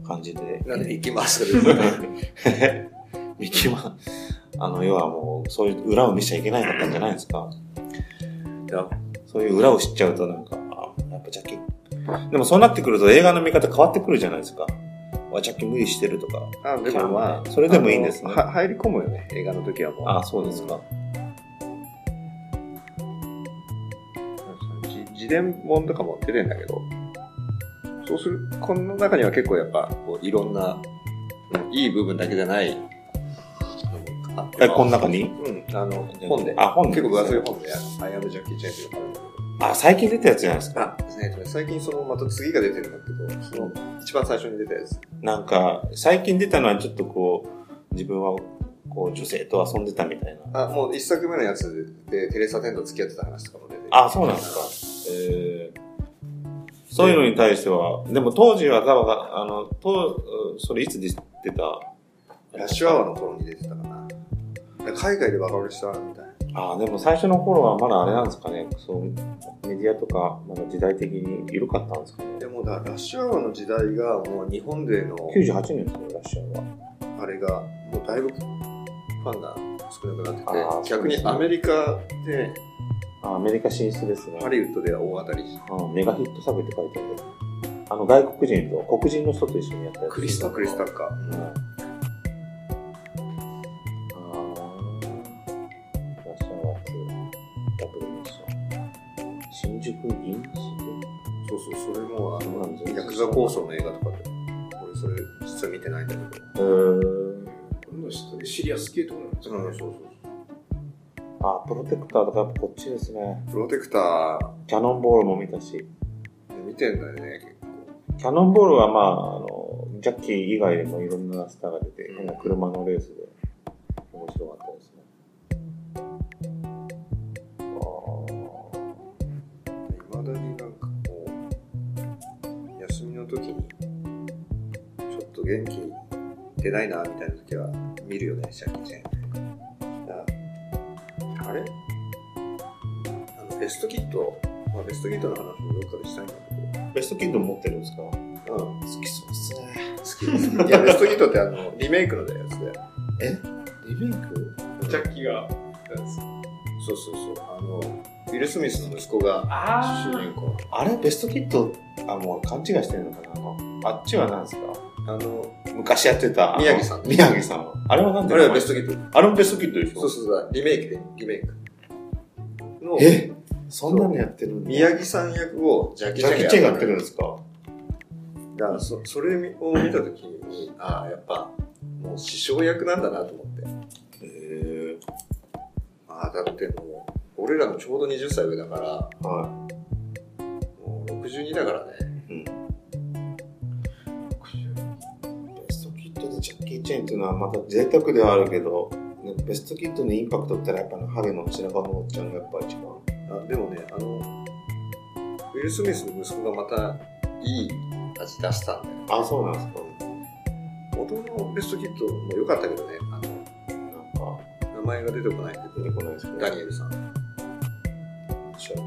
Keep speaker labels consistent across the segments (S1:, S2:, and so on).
S1: な感じで。
S2: なんでミッキーマウスが出てた
S1: ミッキーマウス。あの、要はもう、そういう裏を見せちゃいけないかったんじゃないですか。そういう裏を知っちゃうとなんか、あ、やっぱジャッキー。でもそうなってくると映画の見方変わってくるじゃないですか。わ、ジャッキー無理してるとか。
S2: あでもまあ
S1: それでもいいんですね
S2: あのは入り込むよね映画の時はもう
S1: あ、そうですか。
S2: じ自伝本とかも出てんだけどそうするこの中には結構やっぱこういろんなうんいい部分だけじゃないのもあって
S1: え、この中に
S2: うんあの本で
S1: あ、本で
S2: 結構分厚い本で「アイアムジャッキー・チェン」っていうのがあるんだけど
S1: あ、最近出たやつじゃないですか。
S2: あ、ですね。最近その、また次が出てるんだけど、その、一番最初に出たやつ。
S1: なんか、最近出たのはちょっとこう、自分はこう女性と遊んでたみたいな。
S2: あ、もう一作目のやつで、テレサ・テンと付き合ってた話とかも出てる。
S1: あ、そうなんですか。えーそういうのに対しては、でも当時は多分、あの、と、それいつ出てた
S2: ラッシュアワーの頃に出てたかな。海外でバカ売れしたみたいな。
S1: あでも最初の頃はまだあれなんですかね。そう、メディアとか、まだ時代的に緩かったんですかね。
S2: でも、だからラッシュアワーの時代が、もう日本での、
S1: 98年ですよ、ラッシュアワー
S2: あれが、もうだいぶファンが少なくな
S1: あー
S2: ってて、逆にアメリカで、
S1: あアメリカ進出ですね。
S2: ハリウッドでは大当たり。
S1: うんメガヒット作って書いてある。あの、外国人と、黒人の人と一緒にやったやつ。
S2: クリスタルか。
S1: うん
S2: う
S1: あーラッシュアワーってダブルミッション新宿銀市
S2: んそうそう、それも、あ
S1: そうなんです
S2: の、
S1: よ
S2: ヤクザ構想の映画とかで、俺それ、実は見てないんだけど。
S1: でう
S3: こんなの知ってるシリアス系ってことなんですかね。
S2: うん、そうそう。
S1: ーんあ、プロテクターとかやっぱこっちですね。
S2: プロテクター、
S1: キャノンボールも見たし。
S2: 見てんだよね、結
S1: キャノンボールはまあ、あの、ジャッキー以外でもいろんなスターが出て、
S2: うん
S1: 変な車のレースで面白かったですね。
S2: 構。
S1: あ
S2: いまだになんかこう、休みの時に、ちょっと元気出ないな、みたいな時は、見るよね、シャッキーチェン。ああれあの、ベストキット、まあ、ベストキットの話もどっかでしたいんだけ
S1: ーベストキッド持ってるんですか
S2: ど、うん、
S1: 好きそうですね。
S2: 好き。いや、ベストキットってあの、リメイクのやつで。
S1: リメイク
S3: ジャッキーが。
S2: そうそうそう。あの、ウィル・スミスの息子が、
S3: あ
S2: 主人公。
S1: あれベストキッドあ、もう勘違いしてるのかなあのあっちは何ですか
S2: あの、
S1: 昔やってた。あの
S2: 宮城さん
S1: 宮城さんは。あれは何
S2: あ
S1: で
S2: れはベストキット。
S1: ト。あれもベストキッドでしょ
S2: そうそうそう、リメイクで、リメイク。の、
S1: えそんなのやってるんだ
S2: 宮城さん役をジャッキ
S1: ジ
S2: ー・
S1: ャッキーチェンがやってるん
S2: だ
S1: ですか
S2: からそ、それを見たときに、ああ、やっぱ、もう師匠役なんだなと思って。
S1: へえ
S2: ああ、だってもう、俺らのちょうど20歳上だから、
S1: ー。はい。
S2: もう62だからね。
S1: ベストキットでジャッキー・チェンっていうのはまた贅沢ではあるけど、ね、ど、ベストキッドのインパクトって言ったら、やっぱあのハゲの白髪のおっちゃんがやっぱ一番。
S2: あでもねあのウィル・スミスの息子がまたいい味出したんだよ
S1: あ、そうなんですか。
S2: 元のベストキッドも良かったけどねあ
S1: なんか、
S2: の名前が出てこないけど
S1: 出てこないですね。
S2: ダニエルさん
S1: シャー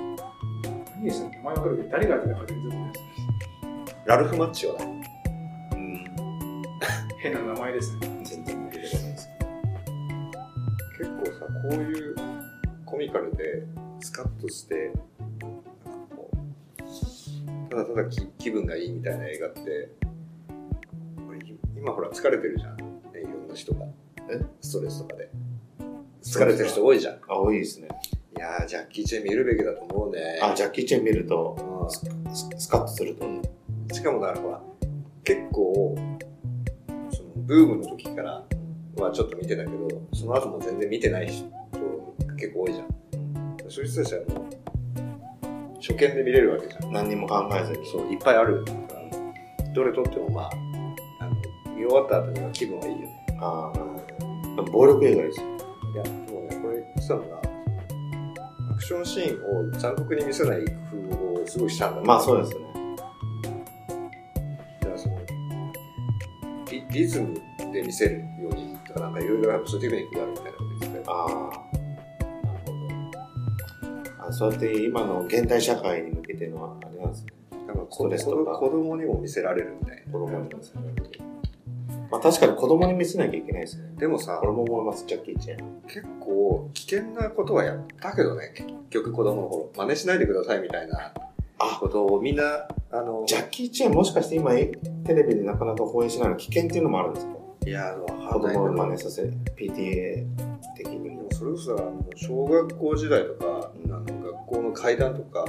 S3: 何さん名前わかるけど、誰がやってたか全然わかんないです。
S2: ラルフ・マッチはね
S1: プ。うん。
S3: 変な名前ですね。
S1: 全然出てこないです。
S2: 結構さこういうコミカルでスカッとしてなんかこうただただ気気分がいいみたいな映画ってこれ今ほら疲れてるじゃん、ね、いろんな人が
S1: え
S2: ストレスとかで疲れてる人多いじゃん
S1: あ、多いですね。
S2: いやージャッキー・チェン見るべきだと思うね
S1: あ、ジャッキー・チェン見ると、
S2: うん
S1: ススカッとすると。
S2: しかもだからほら結構そのブームの時からはちょっと見てたけどその後も全然見てない人結構多いじゃんそういう人たちはもう初見で見れるわけじゃん
S1: 何にも考えずに。
S2: そういっぱいあるからどれ撮ってもまああの見終わった後には気分はいいよね
S1: ああ。暴力映画ですよ。
S2: いやでもねこれ言ってたのがアクションシーンを残酷に見せない工夫をすごいしたんだ
S1: まあそう
S2: で
S1: ですね。
S2: だからそのリリズムで見せるようにとかなんかいろいろやっぱそういうテクニックがあるみたいなこと言ってたよ
S1: ああ。なるほど。あそうやって今の現代社会に向けてのあれなんですね。
S2: だから
S1: スト
S2: 子
S1: レスとか
S2: 子供にも見せられるみたいな
S1: 子供に見せられる。まあ確かに子供に見せなきゃいけないですね。
S2: でもさ
S1: 俺も思います、ジャッキー・チェン。
S2: 結構危険なことはやったけどね結局子供の頃真似しないでくださいみたいな
S1: あ
S2: ことをみんなあの
S1: ジャッキー・チェンもしかして今えテレビでなかなか放映しないの危険っていうのもあるんですか
S2: いやあの
S1: 子供を真
S2: ね
S1: 似させ、PTA 的に
S2: で
S1: も
S2: も。それこそあの小学校時代とかあの学校の階段とか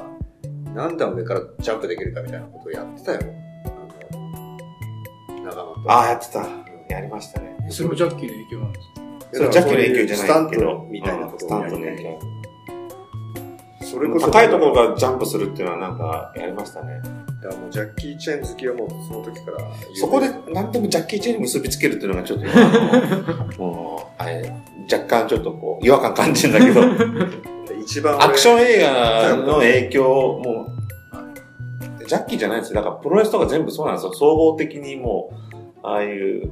S2: 何段上からジャンプできるかみたいなことをやってたよあの仲間と
S1: ああ、やってた。やりましたね。
S3: それもジャッキーの影響なんですか
S1: それジャッキーの影響じゃないけ
S2: スタン
S1: ど
S2: ト、みたいなこと
S1: ス
S2: を
S1: タ
S2: や
S1: ン
S2: りた
S1: トの影響。
S2: それこそ
S1: 高いところからジャンプするっていうのはなんかやりましたね。
S2: だからもうジャッキー・チェン好きはもうその時から
S1: そこで
S2: 有名
S1: 何でもジャッキー・チェンに結びつけるっていうのがちょっと 今のもう、あれ、若干ちょっと こう、違和感感じるんだけど、
S2: で一番
S1: アクション映画
S2: 画
S1: の影響をもう、ジャッキーじゃないんですよ。だからプロレスとか全部そうなんですよ。総合的にもう、ああいう、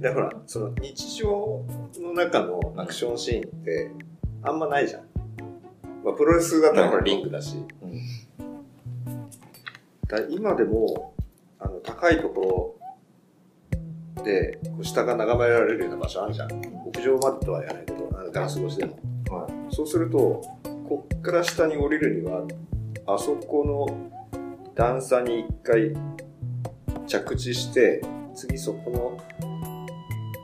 S2: だからほらその日常の中のアクションシーンってあんまないじゃん、まあ、プロレスだったらほらリングだし、
S1: うん
S2: だから今でもあの高いところでこう下が眺められるような場所あるじゃん屋上までとはやらないけどあのガラス越しでも
S1: は
S2: そうするとこっから下に降りるにはあそこの段差に一回着地して次そこの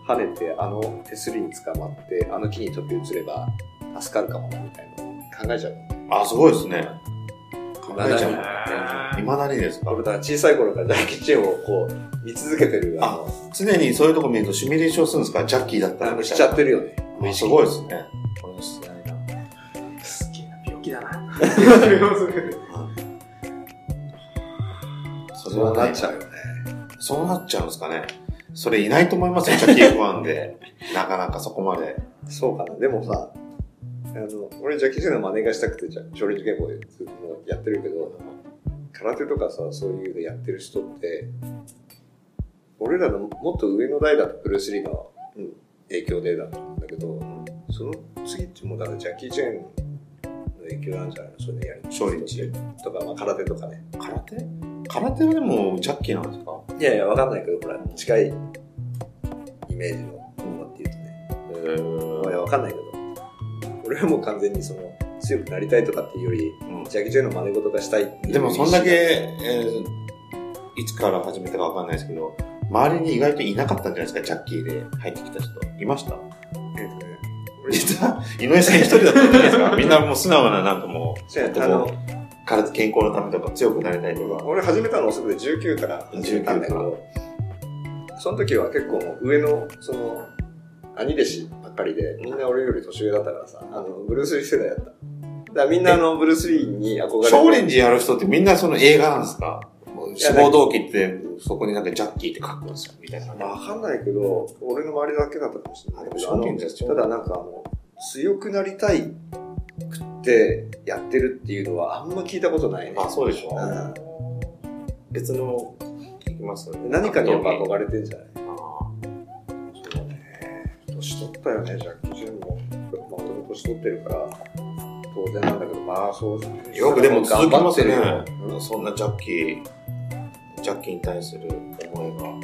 S2: 跳ねてあの手すりに捕まってあの木に飛び移れば助かるかもなみたいな考えちゃう
S1: あ、すごいですね。考えちゃう
S3: あー
S1: いまだにですか
S2: 俺だから小さい頃からジャッキー・チェンをこう見続けてるあの
S1: 常にそういうとこ見るとシミュレーションするんですかジャッキーだった
S2: なん
S1: ら
S2: かしちゃってる
S1: る。
S2: よね
S1: あすごいですね。これすごいな
S3: すげえな、病気だな。それはそれで
S1: それ
S2: そう
S1: は
S2: なっ
S1: ね
S2: ちゃうよね
S1: そうなっちゃうんですかね。それいないと思いますよ、ジャッキーファンで。 なかなかそこまで。
S2: そうかな。でもさ、あの、俺、ジャッキー・チェンの真似がしたくて、じゃ少林寺拳法でずっとやってるけど、空手とかさ、そういうのやってる人って、俺らのもっと上の代だとブルース・リーのうん影響でだったんだけど、その次ってもうだからジャッキー・チェンの影響なんじゃないのそれでやる。
S1: 少林寺
S2: とか、まあ、空手とかね。
S1: 空手空手はでもジャッキーなんですか
S2: いやいや、わかんないけど、ほら、近いイメージのものっていうとね。
S1: え
S2: まあいや、わかんないけど。俺はもう完全にその、強くなりたいとかっていうより、ジャッキー・チェンの真似事がしたいっていう
S1: でもそんだけ、えーいつから始めたかわかんないですけど、周りに意外といなかったんじゃないですか、ジャッキーで入ってきた人。いました
S2: えっとね俺
S1: 実は、井上さん一人だったんじゃないですか。みんなもう素直な、なんかもう、
S2: そうや
S1: もっと
S2: あ
S1: こ
S2: の
S1: う、体健康のためとか強くなりたいとか。
S2: 俺始めたの遅くて19から始めたんだけどその時は結構もう上のその兄弟子ばっかりでみんな俺より年上だったからさあのブルース・リー世代だっただからみんなあのブルース・リーに憧れて
S1: 少林寺やる人ってみんなその映画なんですかもう志望動機って、そこになんかジャッキーって書くんですよ、みたいな。
S2: わかんないけど、俺の周りだけだったかもしれないけど、
S1: あでも商品です
S2: あ
S1: よ
S2: のただなんかあの、強くなりたいくってやってるっていうのはあんま聞いたことないね。
S1: あ、そうでしょ、
S2: うん
S1: 別の、いきますよね
S2: 何かにやっぱ憧れてんじゃない
S1: あー
S2: そうね。年取ったよね、ジャッキー・チェンも。まあ、俺も年取ってるから、当然なんだけど、まあそうです
S1: よくでも続きますね
S2: 頑張ってるようん。
S1: そんなジャッキー、ジャッキーに対する思いが。
S2: うん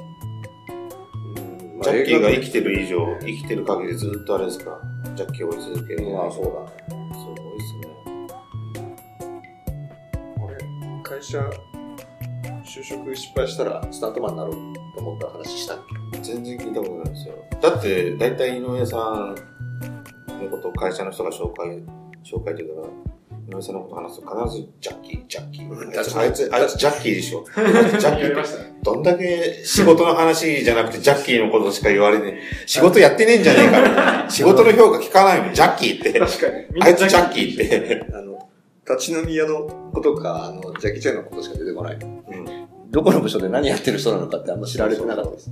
S1: ジャッキーが生きてる以上、生きてる限りずっとあれですから、ジャッキーを追い続ける。
S2: まあそうだね。
S1: すごいですね。
S2: 俺会社就職失敗したらスタントマンになろうと思った話したっけ
S1: 全然聞いたことないですよ。だって、大体井上さんのことを会社の人が紹介、紹介というか、井上さんのことを話すと必ずジャッキー、ジャッキ
S2: うん
S1: ー。
S2: 確か
S1: あ
S2: に
S1: いつ、あいつジャッキーでしょ。ジャッキ
S3: やり
S1: ー
S3: ま
S1: って、
S3: したね。
S1: どんだけ仕事の話じゃなくてジャッキーのことしか言われねえ。仕事やってねえんじゃねえかみたいな。仕事の評価聞かないの、ジャッキーって。
S3: 確かに。 みん
S1: あ
S3: ない
S1: つジャッキーって。
S2: あの立ち飲み屋のことかあのジャッキー・チェンのことしか出てこない
S1: うん
S2: どこの部署で何やってる人なのかってあんま知られてなかったです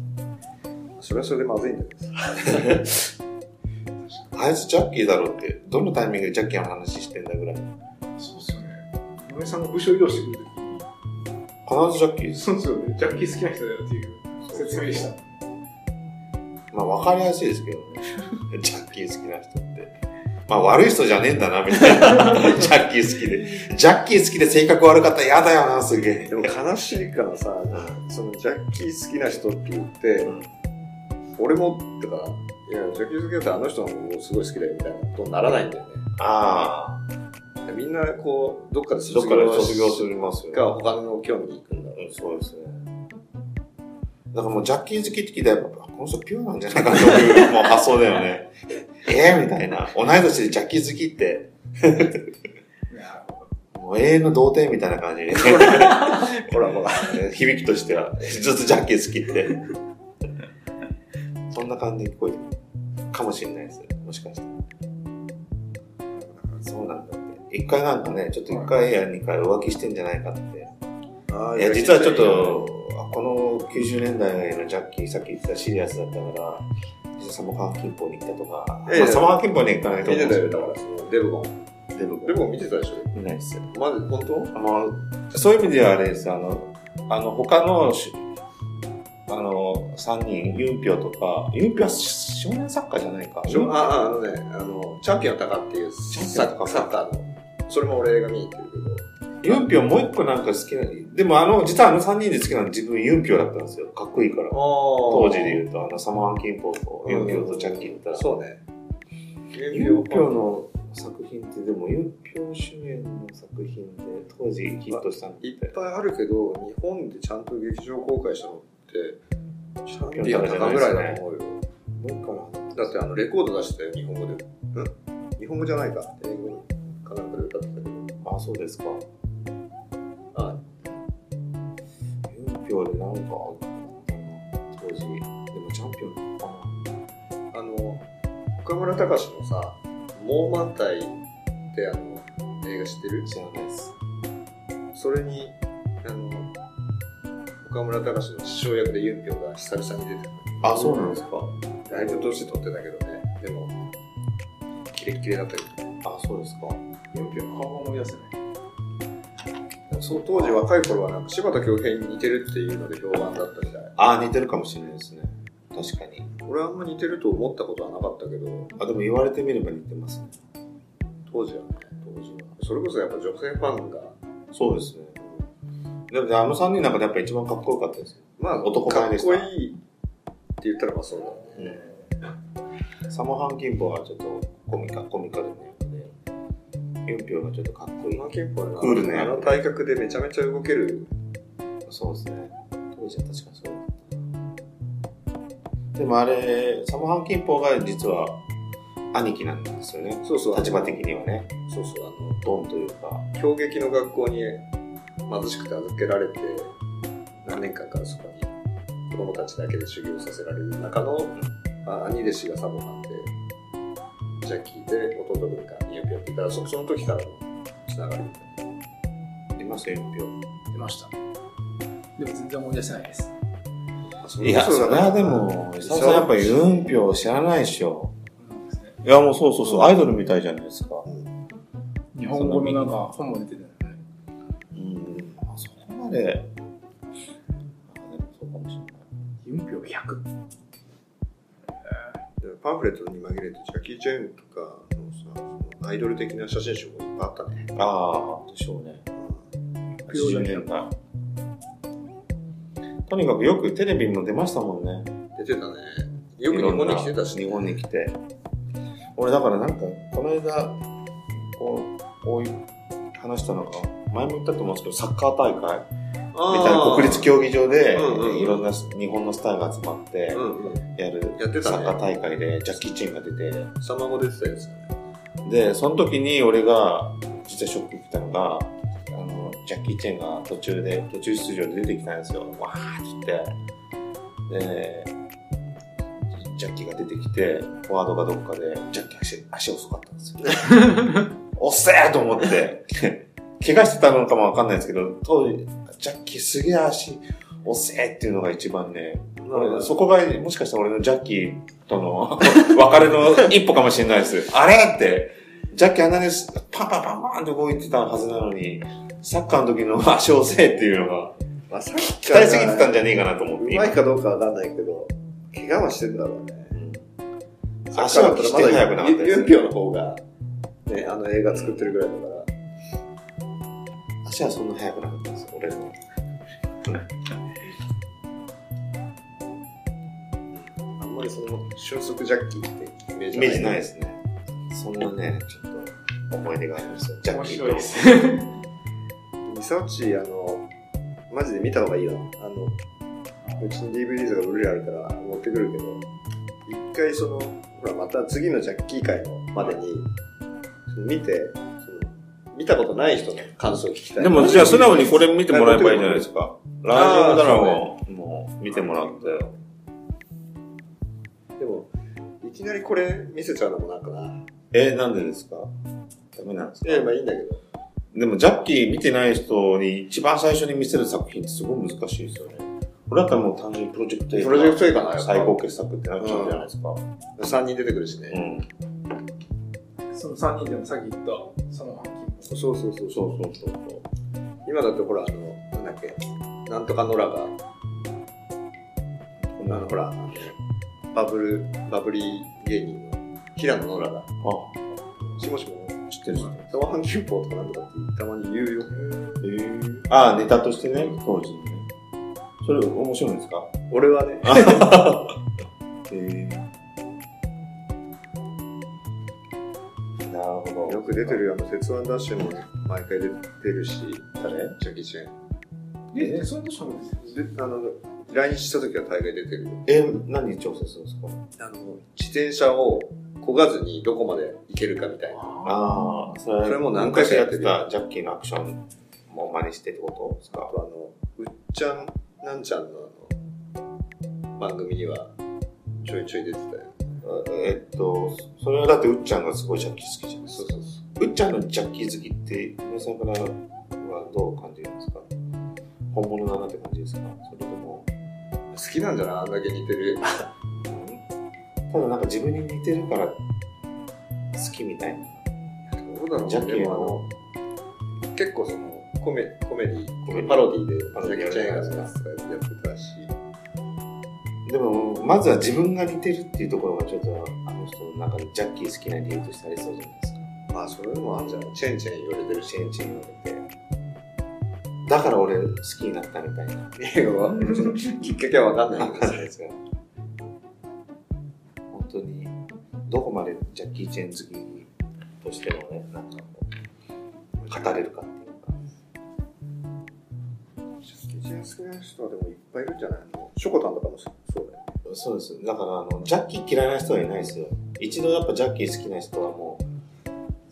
S2: それはそれでまずいんだけど
S1: あいつジャッキーだろうって。どのタイミングでジャッキーの話してんだぐらい。
S3: そうっすよね。井上さんが部署移動してくる
S1: 必ずジャッキーで
S3: と
S1: す。
S3: そうっすよね。ジャッキー好きな人だよっていう説明でした。
S1: まあ、わかりやすいですけどね。 ジャッキー好きな人って。まあ、悪い人じゃねえんだな、みたいな。 ジャッキー好きで。ジャッキー好きで性格悪かったら嫌だよな、すげえ
S2: で。も悲しいからさそのジャッキー好きな人って言って
S1: うん
S2: 俺もってからいやジャッキー好きだったらあの人のことすごい好きだよみたいなことにならないんだよね
S1: ああ。
S2: みんなこうどっかで
S1: どっ
S2: 卒
S1: から
S2: 業
S1: 卒業するますよ、
S2: か他の興味に行くんだろう
S1: うんそうですね。だからもうジャッキー好きって聞いたら、やっぱ、この人ピュアなんじゃないかという、もう発想だよね。 ええみたいな。同い年でジャッキー好きって、
S3: いや
S1: もう永遠の童貞みたいな感じで、
S2: ほらほら。
S1: 響きとしては、ずっとジャッキー好きって。そんな感じに聞こえてくるかもしれないですね。もしかして。そうなんだって。一回なんかね、ちょっと一回や二回浮気してんじゃないかって。いや、実はちょっと、この90年代のジャッキー、さっき言ってたシリアスだったから、実はサモハー近郊に行ったとか、
S2: ええ
S1: まあ、サモハー近郊には行かないと
S2: 見
S1: 思
S2: てた
S1: うんです
S2: よ、
S1: け
S2: だから
S1: ど、
S2: そのデブゴン。
S1: でも
S2: デブゴン見てたでしょ
S1: 見ないですよ。
S2: マジ本当
S1: あの、そういう意味ではあれです、あの、あの、他のし、あの、3人、ユンピョとか、ユンピョは少年サッカーじゃないか。ユンピョ
S2: ああ、あのね、あの、チャンピオン高っていうサ
S1: チャンピ
S2: ッ
S1: オン高か
S2: サッカーの、それも俺映画見に行ってる
S1: ユンピョもう一個なんか好きな、でもあの、実はあの3人で好きなの自分ユンピョだったんですよ。かっこいいから
S2: けど。。当
S1: 当時で言うと、あの、サマーキンポとユンピョとジャッキーだったら、
S2: そうね。
S1: ユンピョの作品ってでもユンピョ主演の作品で当時ヒットしたのって
S2: いっぱいあるけど、日本でちゃんと劇場公開したのって、チャンピオン高ぐらいだと思うよ。
S1: もう一
S2: だってあの、レコード出してたよ、日本語で。ん日本語じゃないか。英語に。かなんかで歌ってたけど。
S1: 回あそうですか
S2: あ
S1: ユンピョでなんか当時でもチャンピオンか
S2: あの岡村隆史のさ「猛満隊」ってあの映画知ってる
S1: な知らないです
S2: それにあの岡村隆史の師匠役でユンピョンが久々に出て
S1: あそうなんですか
S2: ただいぶ年取ってたけどねでもキレッキレだったけど
S1: あそうですか
S3: ユンピョン顔が思い出せない。
S2: そう当時若い頃はなんか柴田恭平に似てるっていうので評判だったみたい
S1: あ似てるかもしれないですね確かに
S2: 俺はあんま似てると思ったことはなかったけど
S1: あでも言われてみれば似てますね
S2: 当時はね
S1: 当時は
S2: それこそやっぱ女性ファンが
S1: そうですねでもねあの3人の中でやっぱ一番かっこよかったですよ
S2: まあ
S1: 男前でした
S2: かっこいいって言ったらまあそうだね
S1: サモハンキンボはちょっとコミカコミカルな役で、ユンピョがちょっとかっこいい
S2: マ。ーケンポはな
S1: クールね
S2: あの体格でめちゃめちゃ動ける。
S1: そうですね。当時は確かにそうだった。でもあれ、サモハンキンポが実は兄貴なんですよね。
S2: そうそう。
S1: 立場的にはね、
S2: そうそう。あ
S1: ドンというか。
S2: の、狂撃の学校に貧しくて預けられて、何年間かそこに子供たちだけで修行させられる中の、まあ、兄弟子がサボなんで、ジャッキーで弟分がニューピョっていたら、そその時からのつながり。
S1: いますよ、ユンピョ。
S3: 出ました。でも全然思い出せないです。
S1: いや、それはで
S2: う
S1: も、久々やっぱり運票知らないでしょ。
S3: なんですね
S1: いや、もうそうそうそう、アイドルみたいじゃないですか。
S2: ん
S3: 日本語のなんか本も出てたよね。
S1: うん。それまで、あでもそうかもしれない。
S3: 4票100。
S2: でパンフレットに紛れてジャッキー・チェーンとかのさそのアイドル的な写真集もいっぱいあったね、
S1: ああ、でしょうね。
S3: 80
S1: 80
S3: 年
S1: 年代。とにかくよくテレビにも出ましたもんね。
S2: 出てたねよく日本に来てたし、
S1: 日本に来て。俺だからなんか、この間、こう、こういう話したのか、前も言ったと思うんですけど、サッカー大会みたいな国立競技場で、
S2: うんうんうん
S1: いろんな日本のスターが集まって
S2: う、んうん
S1: やる
S2: やってたね
S1: サッカー大会で、ジャッキー・チェンが出て、
S2: サマゴ出てたやつだね
S1: で、その時に俺が、実はショック受けたのが、あの、ジャッキー・チェンが途中で、途中出場で出てきたんですよ。わーって言って。で、ジャッキーが出てきて、フォワードがどっかで、ジャッキー足、足遅かったんですよ。おっせーと思って、怪我してたのかもわかんないですけど、当時、ジャッキーすげえ足、おっせーっていうのが一番ね、俺そこが、もしかしたら俺のジャッキーとの 別れの一歩かもしれないです。あれって、ジャッキーあんなにパンパンパンパンって動いてたはずなのに、サッカーの時 の足をせえっていうのが、
S2: まあ、サッカー
S1: 期待すぎてたんじゃねえかなと思って、
S2: うまいかどうかわかんないけど怪我はしてんだろうね
S1: 今足は決して速くなかったで
S2: ユ
S1: す
S2: ンピョの方がねあの映画作ってるぐらいだから
S1: 足はそんな速くなかったです、俺の。
S2: あんまりその俊足ジャッキーってイメー
S1: イ
S2: ジ
S1: メージない
S2: い
S1: ですね。そんなね、ちょっと思い出がありますよ、ジャッ
S3: 面
S1: キ
S3: 白いで
S1: ー
S3: すね。
S2: ミサオチあのマジで見た方がいいよあのうちの DVD とかブルーレイあるから持ってくるけど一回そのほらまた次のジャッキー会のまでにその見てその見たことない人の感想を聞きた
S1: と。
S2: い
S1: でも、じゃあ、素直にこれ見てもらえばいいじゃないですか。ライジングドラゴンも見てもらって。
S2: でもいきなりこれ見せちゃうのもなんかな
S1: えなんでですかダメなんです
S2: い
S1: か
S2: やまあいいんだけど
S1: でも、ジャッキー見てない人に一番最初に見せる作品ってすごい難しいですよね。これだったらもう単純にプロジェクト A
S2: プロジェクト A かなやっぱ
S1: 最高傑作ってなっちゃうじゃないですか。
S2: 3人出てくるしね、
S1: うん。
S3: その3人でもさっき言った、その
S2: そうそうそう
S1: そうそうそうそう。
S2: 今だってほらあのなんだっけなんとかノラが
S1: こ
S2: あのほらあのバブルバブリー芸人の平野ノラが
S1: あ、
S2: しもしも
S1: 知ってる知っ
S2: サマハンキューポーとかなんとかってたまに言うよ
S1: てる。えー、ああ、ネタとしてね、当時にね。それ面白いんですか
S2: 俺はね
S1: えー、なるほど。
S2: よく出て。るよあの鉄腕ダッシュもね毎回出てるし
S1: 誰
S2: ジャッキー・チェン
S3: え、それどうしたんですか
S2: であの来日した時は大概出てるよ
S1: えー、何調整するんですか
S2: あの自転車を漕がずにどこまで行けるかみたいな
S3: あ
S1: ああ、それ
S2: それもう何回かやってるよ
S1: 昔やってたジャッキーのアクションも真似してってことです
S2: あ
S1: か
S2: とあの、うっちゃん、なんちゃんのあの、番組にはちょいちょい出てたよ。
S1: えーっと、それはだってうっちゃんがすごいジャッキー好きじゃないです
S2: そう
S1: か。
S2: そうそう
S1: うっちゃんのジャッキー好きって、皆さんからはどう感じるんですか本物だなって感じですかそれとも、。
S2: 好きなんじゃないあんだけ似てる。
S1: うんただなんか自分に似てるから好きみたいな。
S2: どうだろう
S1: ジャッキー
S2: で
S1: はあ
S2: も
S1: の、
S2: あの、結構その、コメ、コメディ、
S1: コメディ
S2: パロディで、ジ
S1: パロディ
S2: ャッキーチェーンがや
S1: や
S2: っ
S1: って
S2: たし、
S1: でも、まずは自分が似てるっていうところがちょっと、あの人の中でジャッキー好きな理由としてありそうじゃないですか。
S2: まあ、それもあんじゃないチェンチェン言われてるし
S1: チ、ェンチェン言われて。だから俺好きになったみたいな。
S2: 映画は、きっかけはわかんないけどさ、
S1: 本当に、どこまでジャッキー・チェン好きとしてもね、なんかこう、語れるかっていうか。
S2: ジャッキーチェーン好きな人はでもいっぱいいるんじゃないのショコタンとかもそうだよ。
S1: そうです。だから、あの、ジャッキー嫌いな人はいないですよ。一度やっぱジャッキー好きな人はもう、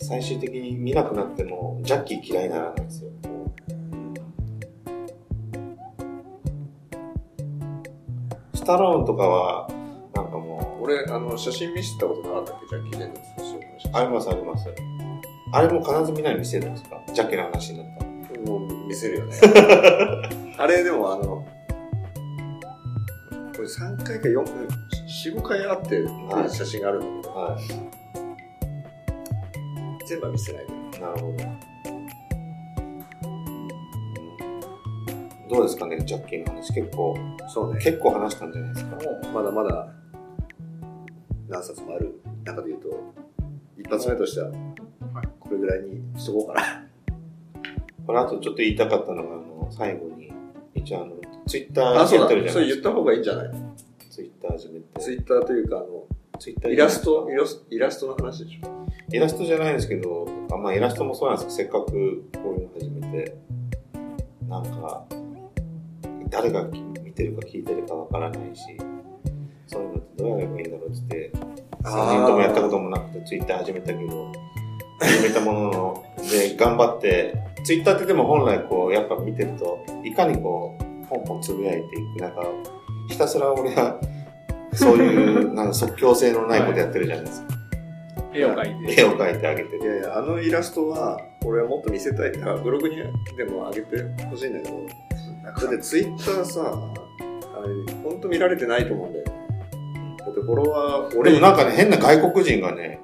S1: 最終的に見なくなっても、ジャッキー嫌いにならないですよ。スタローンとかは、なんかもう、
S2: 俺、あの、写真見せたことなかったっけジャッキー・チェーンの写真。
S1: ありますあります。あれも必ずみんなに見せるんですかジャッキーの話になったら。
S2: もう見せるよね。あれでもあの、れ3回か4回、4、5回あって、
S1: はい
S2: 写真があるんだけど、
S1: は
S2: 全部は見せないけど。
S1: い。なるほど。どうですかね、ジャッキーの話。結構、
S2: そうね。
S1: 結構話したんじゃないですか。
S2: まだまだ、何冊もある中で言うと、一発目としては、これぐらいにしとこうかな。
S1: これ、あとちょっと言いたかったのが、あの、最後に、一応あの、ツイッター
S2: あ、そう
S1: や
S2: だ
S1: ってる。じゃ
S2: そ
S1: な
S2: れ
S1: い
S2: 言っ
S1: です
S2: た
S1: か。
S2: 方がいいんじゃない
S1: ツイッター始めて。
S2: ツイッターというか、あの、
S1: ツイッター
S2: イラスト、イラスイラストの話でしょ。
S1: イラストじゃないですけど、あまあ、イラストもそうなんですけど、せっかくこういうの始めて、なんか、誰が見てるか聞いてるかわからないし、そういうのってどうやればいいんだろうって言って、
S2: あー
S1: 3人ともやったこともなくて、ツイッター始めたけど、始めたものの、で、頑張って、ツイッターってでも本来こう、やっぱ見てると、いかにこう、ポンポンつぶやいていく中、ひたすら俺が、そういう、なんか即興性のないことやってるじゃない ですか。
S3: 絵を描いて。
S1: 絵を描いてあげてる
S2: い。やいや、あのイラストは、俺はもっと見せたい。だからブログにでも上げてほしいんだけど、だってツイッターさ、あれ、ほんと見られてないと思うんだよ。だってフォロワー、
S1: で
S2: 俺
S1: もなんかね、変な外国人がね、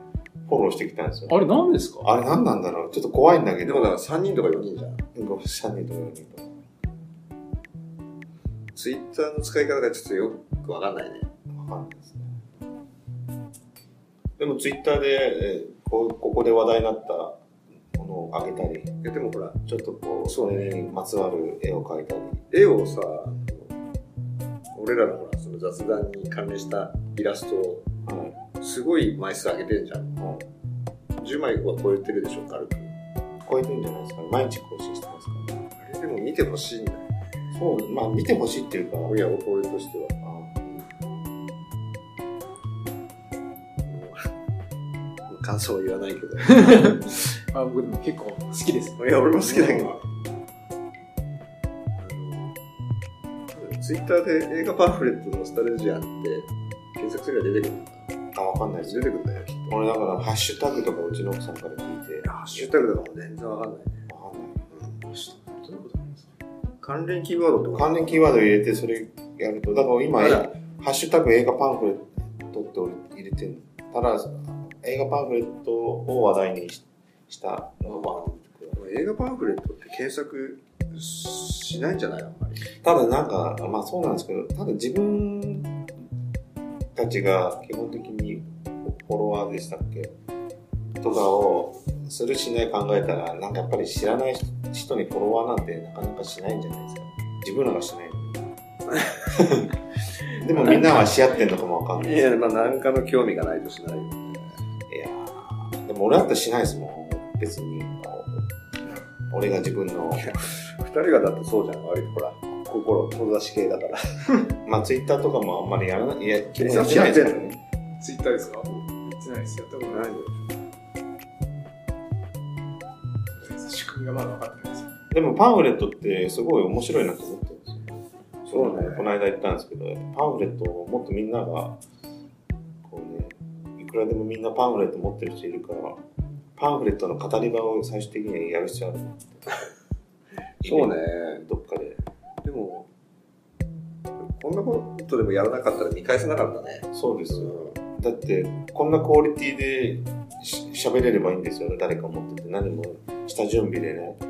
S1: フォローしてきたんですよ。
S3: あれ何ですか
S1: あれ何なんだろうちょっと怖いんだけ
S2: で
S1: ど。
S2: もだから3人とか4人じゃん。
S1: ごめん3人とか4人とか。
S2: ツイッターの使い方がちょっとよくわかんないね。
S1: わかんないですね。でもツイッターで、えーこうここで話題になったものをあげたり、
S2: いやでもほら、
S1: ちょっとこう、それにまつわる絵を描いたり。
S2: 絵をさ、俺らのほら、その雑談に関連したイラストを、
S1: はい。
S2: すごい枚数上げてんじゃん。
S1: はい、
S2: 10枚は超えてるでしょ、軽く。
S1: こうやってんじゃないですかね。毎日更新してますからね。
S2: あれでも見てほしいんだよ。
S1: そう、まあ見てほしいっていうか、
S2: いや、俺としては。もう感想は言わないけど。い
S3: あ僕でも結構好きです。
S2: や、俺も好きだけど。ツイッターで映画パンフレットのスタルジアンって検索すれば出てくるんだ。
S1: あ、わかんないです
S2: 出。てくるんだよ、きっと。
S1: 俺だから、ハッシュタグとかうちの奥さんから聞いて、
S2: ハッシュタグとかも全然わかんない。
S1: わかんない。
S3: どういうことなんですか
S2: 関連キーワードとか。
S1: 関連キーワード入れてそれやるとだから今
S2: あ
S1: え
S2: ら
S1: 「ハッシュタグ映画パンフレット」って俺入れてるただ映画パンフレットを話題にししたのがバーンってくる
S2: 映画パンフレットって検索しないんじゃないあんまり。
S1: ただなんかまあそうなんですけどただ自分たちが基本的にフォロワーでしたっけとかをするしない考えたらなんかやっぱり知らない人にフォロワーなんてなかなかしないんじゃないですか自分らがしないのに でもみんなはし合ってんのかもわかんない
S2: いや、まあ、なんかの興味がないとしないよね。
S1: いやーでも俺だったらしないですもん。別に。俺が自分の、
S2: 二人がだってそうじゃん、割とほら、心閉ざし系だから。
S1: まあツイッターとかもあんまりやらない、いや、気に
S2: や
S1: しないですからね。
S3: ツイッターですかやってないです。やったことない
S2: 何よ
S3: です。仕組みがまだ分かってないです。
S1: でもパンフレットってすごい面白いなと思ってるんですよ。
S2: そうね
S1: この間言ったんですけど、パンフレットをもっとみんなが、こうね、いくらでもみんなパンフレット持ってる人いるから、パンフレットの語り場を最終的にやる必要ある。
S2: そうね。。
S1: どっかで。
S2: でも、こんなことでもやらなかったら見返せなかったね。
S1: そうですよ。
S2: う
S1: だってこんなクオリティでし喋れればいいんですよね誰か持ってて何も下準備でねあ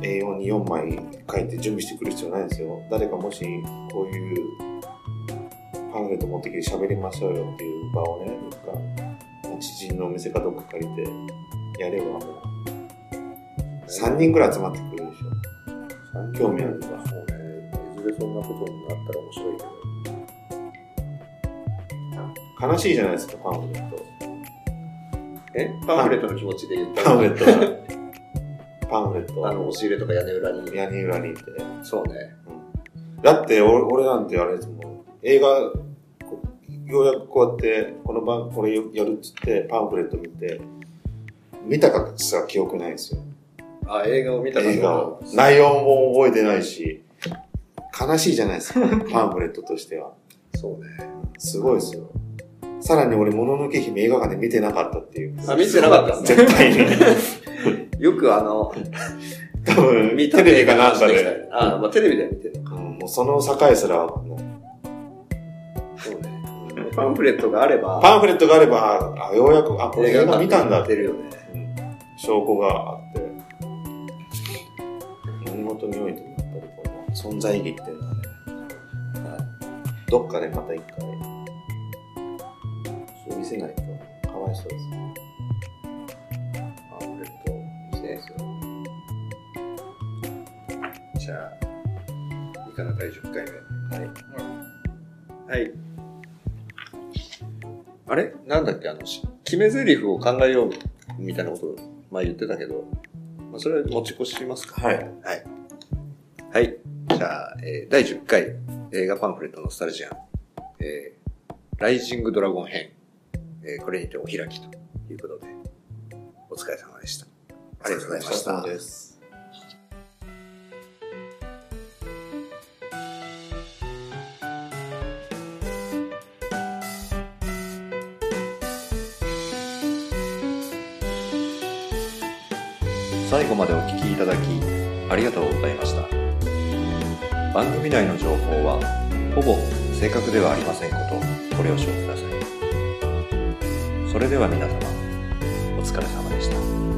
S1: の A4 に4枚書いて準備してくる必要ないんですよ誰かもしこういうパンフレット持ってきて喋りましょうよっていう場をねどっか知人のお店かどっか借りてやればもう3人ぐらい集まってくるでしょ
S2: ん
S1: 興味あるわ
S2: そうね。いずれそんなことになったら面白いけど。
S1: 悲しいじゃないですかパンフレット
S2: えパンフレットの気持ちで言ったら
S1: パンフレットが パンフレッ
S2: あ
S1: ト
S2: の、押し入れとか屋根裏に。
S1: 屋根裏にいて
S2: そうね。
S1: だって俺俺なんてあれですもん映画こようやくこうやってこの番これやるっつってパンフレット見て見たかすら記憶ないんですよ
S2: あ、映画を見たかった
S1: 映画を内容も覚えてないし悲しいじゃない ですかパンフレットとしては
S2: そうね。
S1: すごいですよさらに俺、もののけ姫映画館で見てなかったっていう。
S2: あ見てなかったんだ
S1: 絶 対に。
S2: よくあの、
S1: 多分、
S2: 見
S1: テ
S2: た
S1: レビかなんか
S2: 映画の話き
S1: で。
S2: たよねあ、まあテレビでは見てるのか。
S1: うんもうその境すらわかんない。
S2: パンフレットがあれば、
S1: パンフレットがあれば、あようやく、あ、これ映画見たんだ
S2: っ
S1: ってて
S2: るよね。
S1: うん証拠があって、何事においてもやっぱりこの存在意義っていうのはね、はい、どっかでまた一回、そう見せないと、かわいそうです。
S2: パンフレット見せないですよ。じゃあ、いかな第10回目。はい。あれなんだっけあの、し決め台詞を考えようみたいなこと、まあ言ってたけど、まあそれは持ち越しますか
S1: はい。
S2: はい。はい。じゃあ、えー第10回映画パンフレットのスタルジアン、えーライジングドラゴン編、えーこれにてお開きということで、お疲れ様でした。ありがとうございまし
S1: お疲れ
S2: た
S1: 様。です。
S2: 最後までお聞きいただきありがとうございました番組内の情報はほぼ正確ではありませんことご了承くださいそれでは皆様お疲れ様でした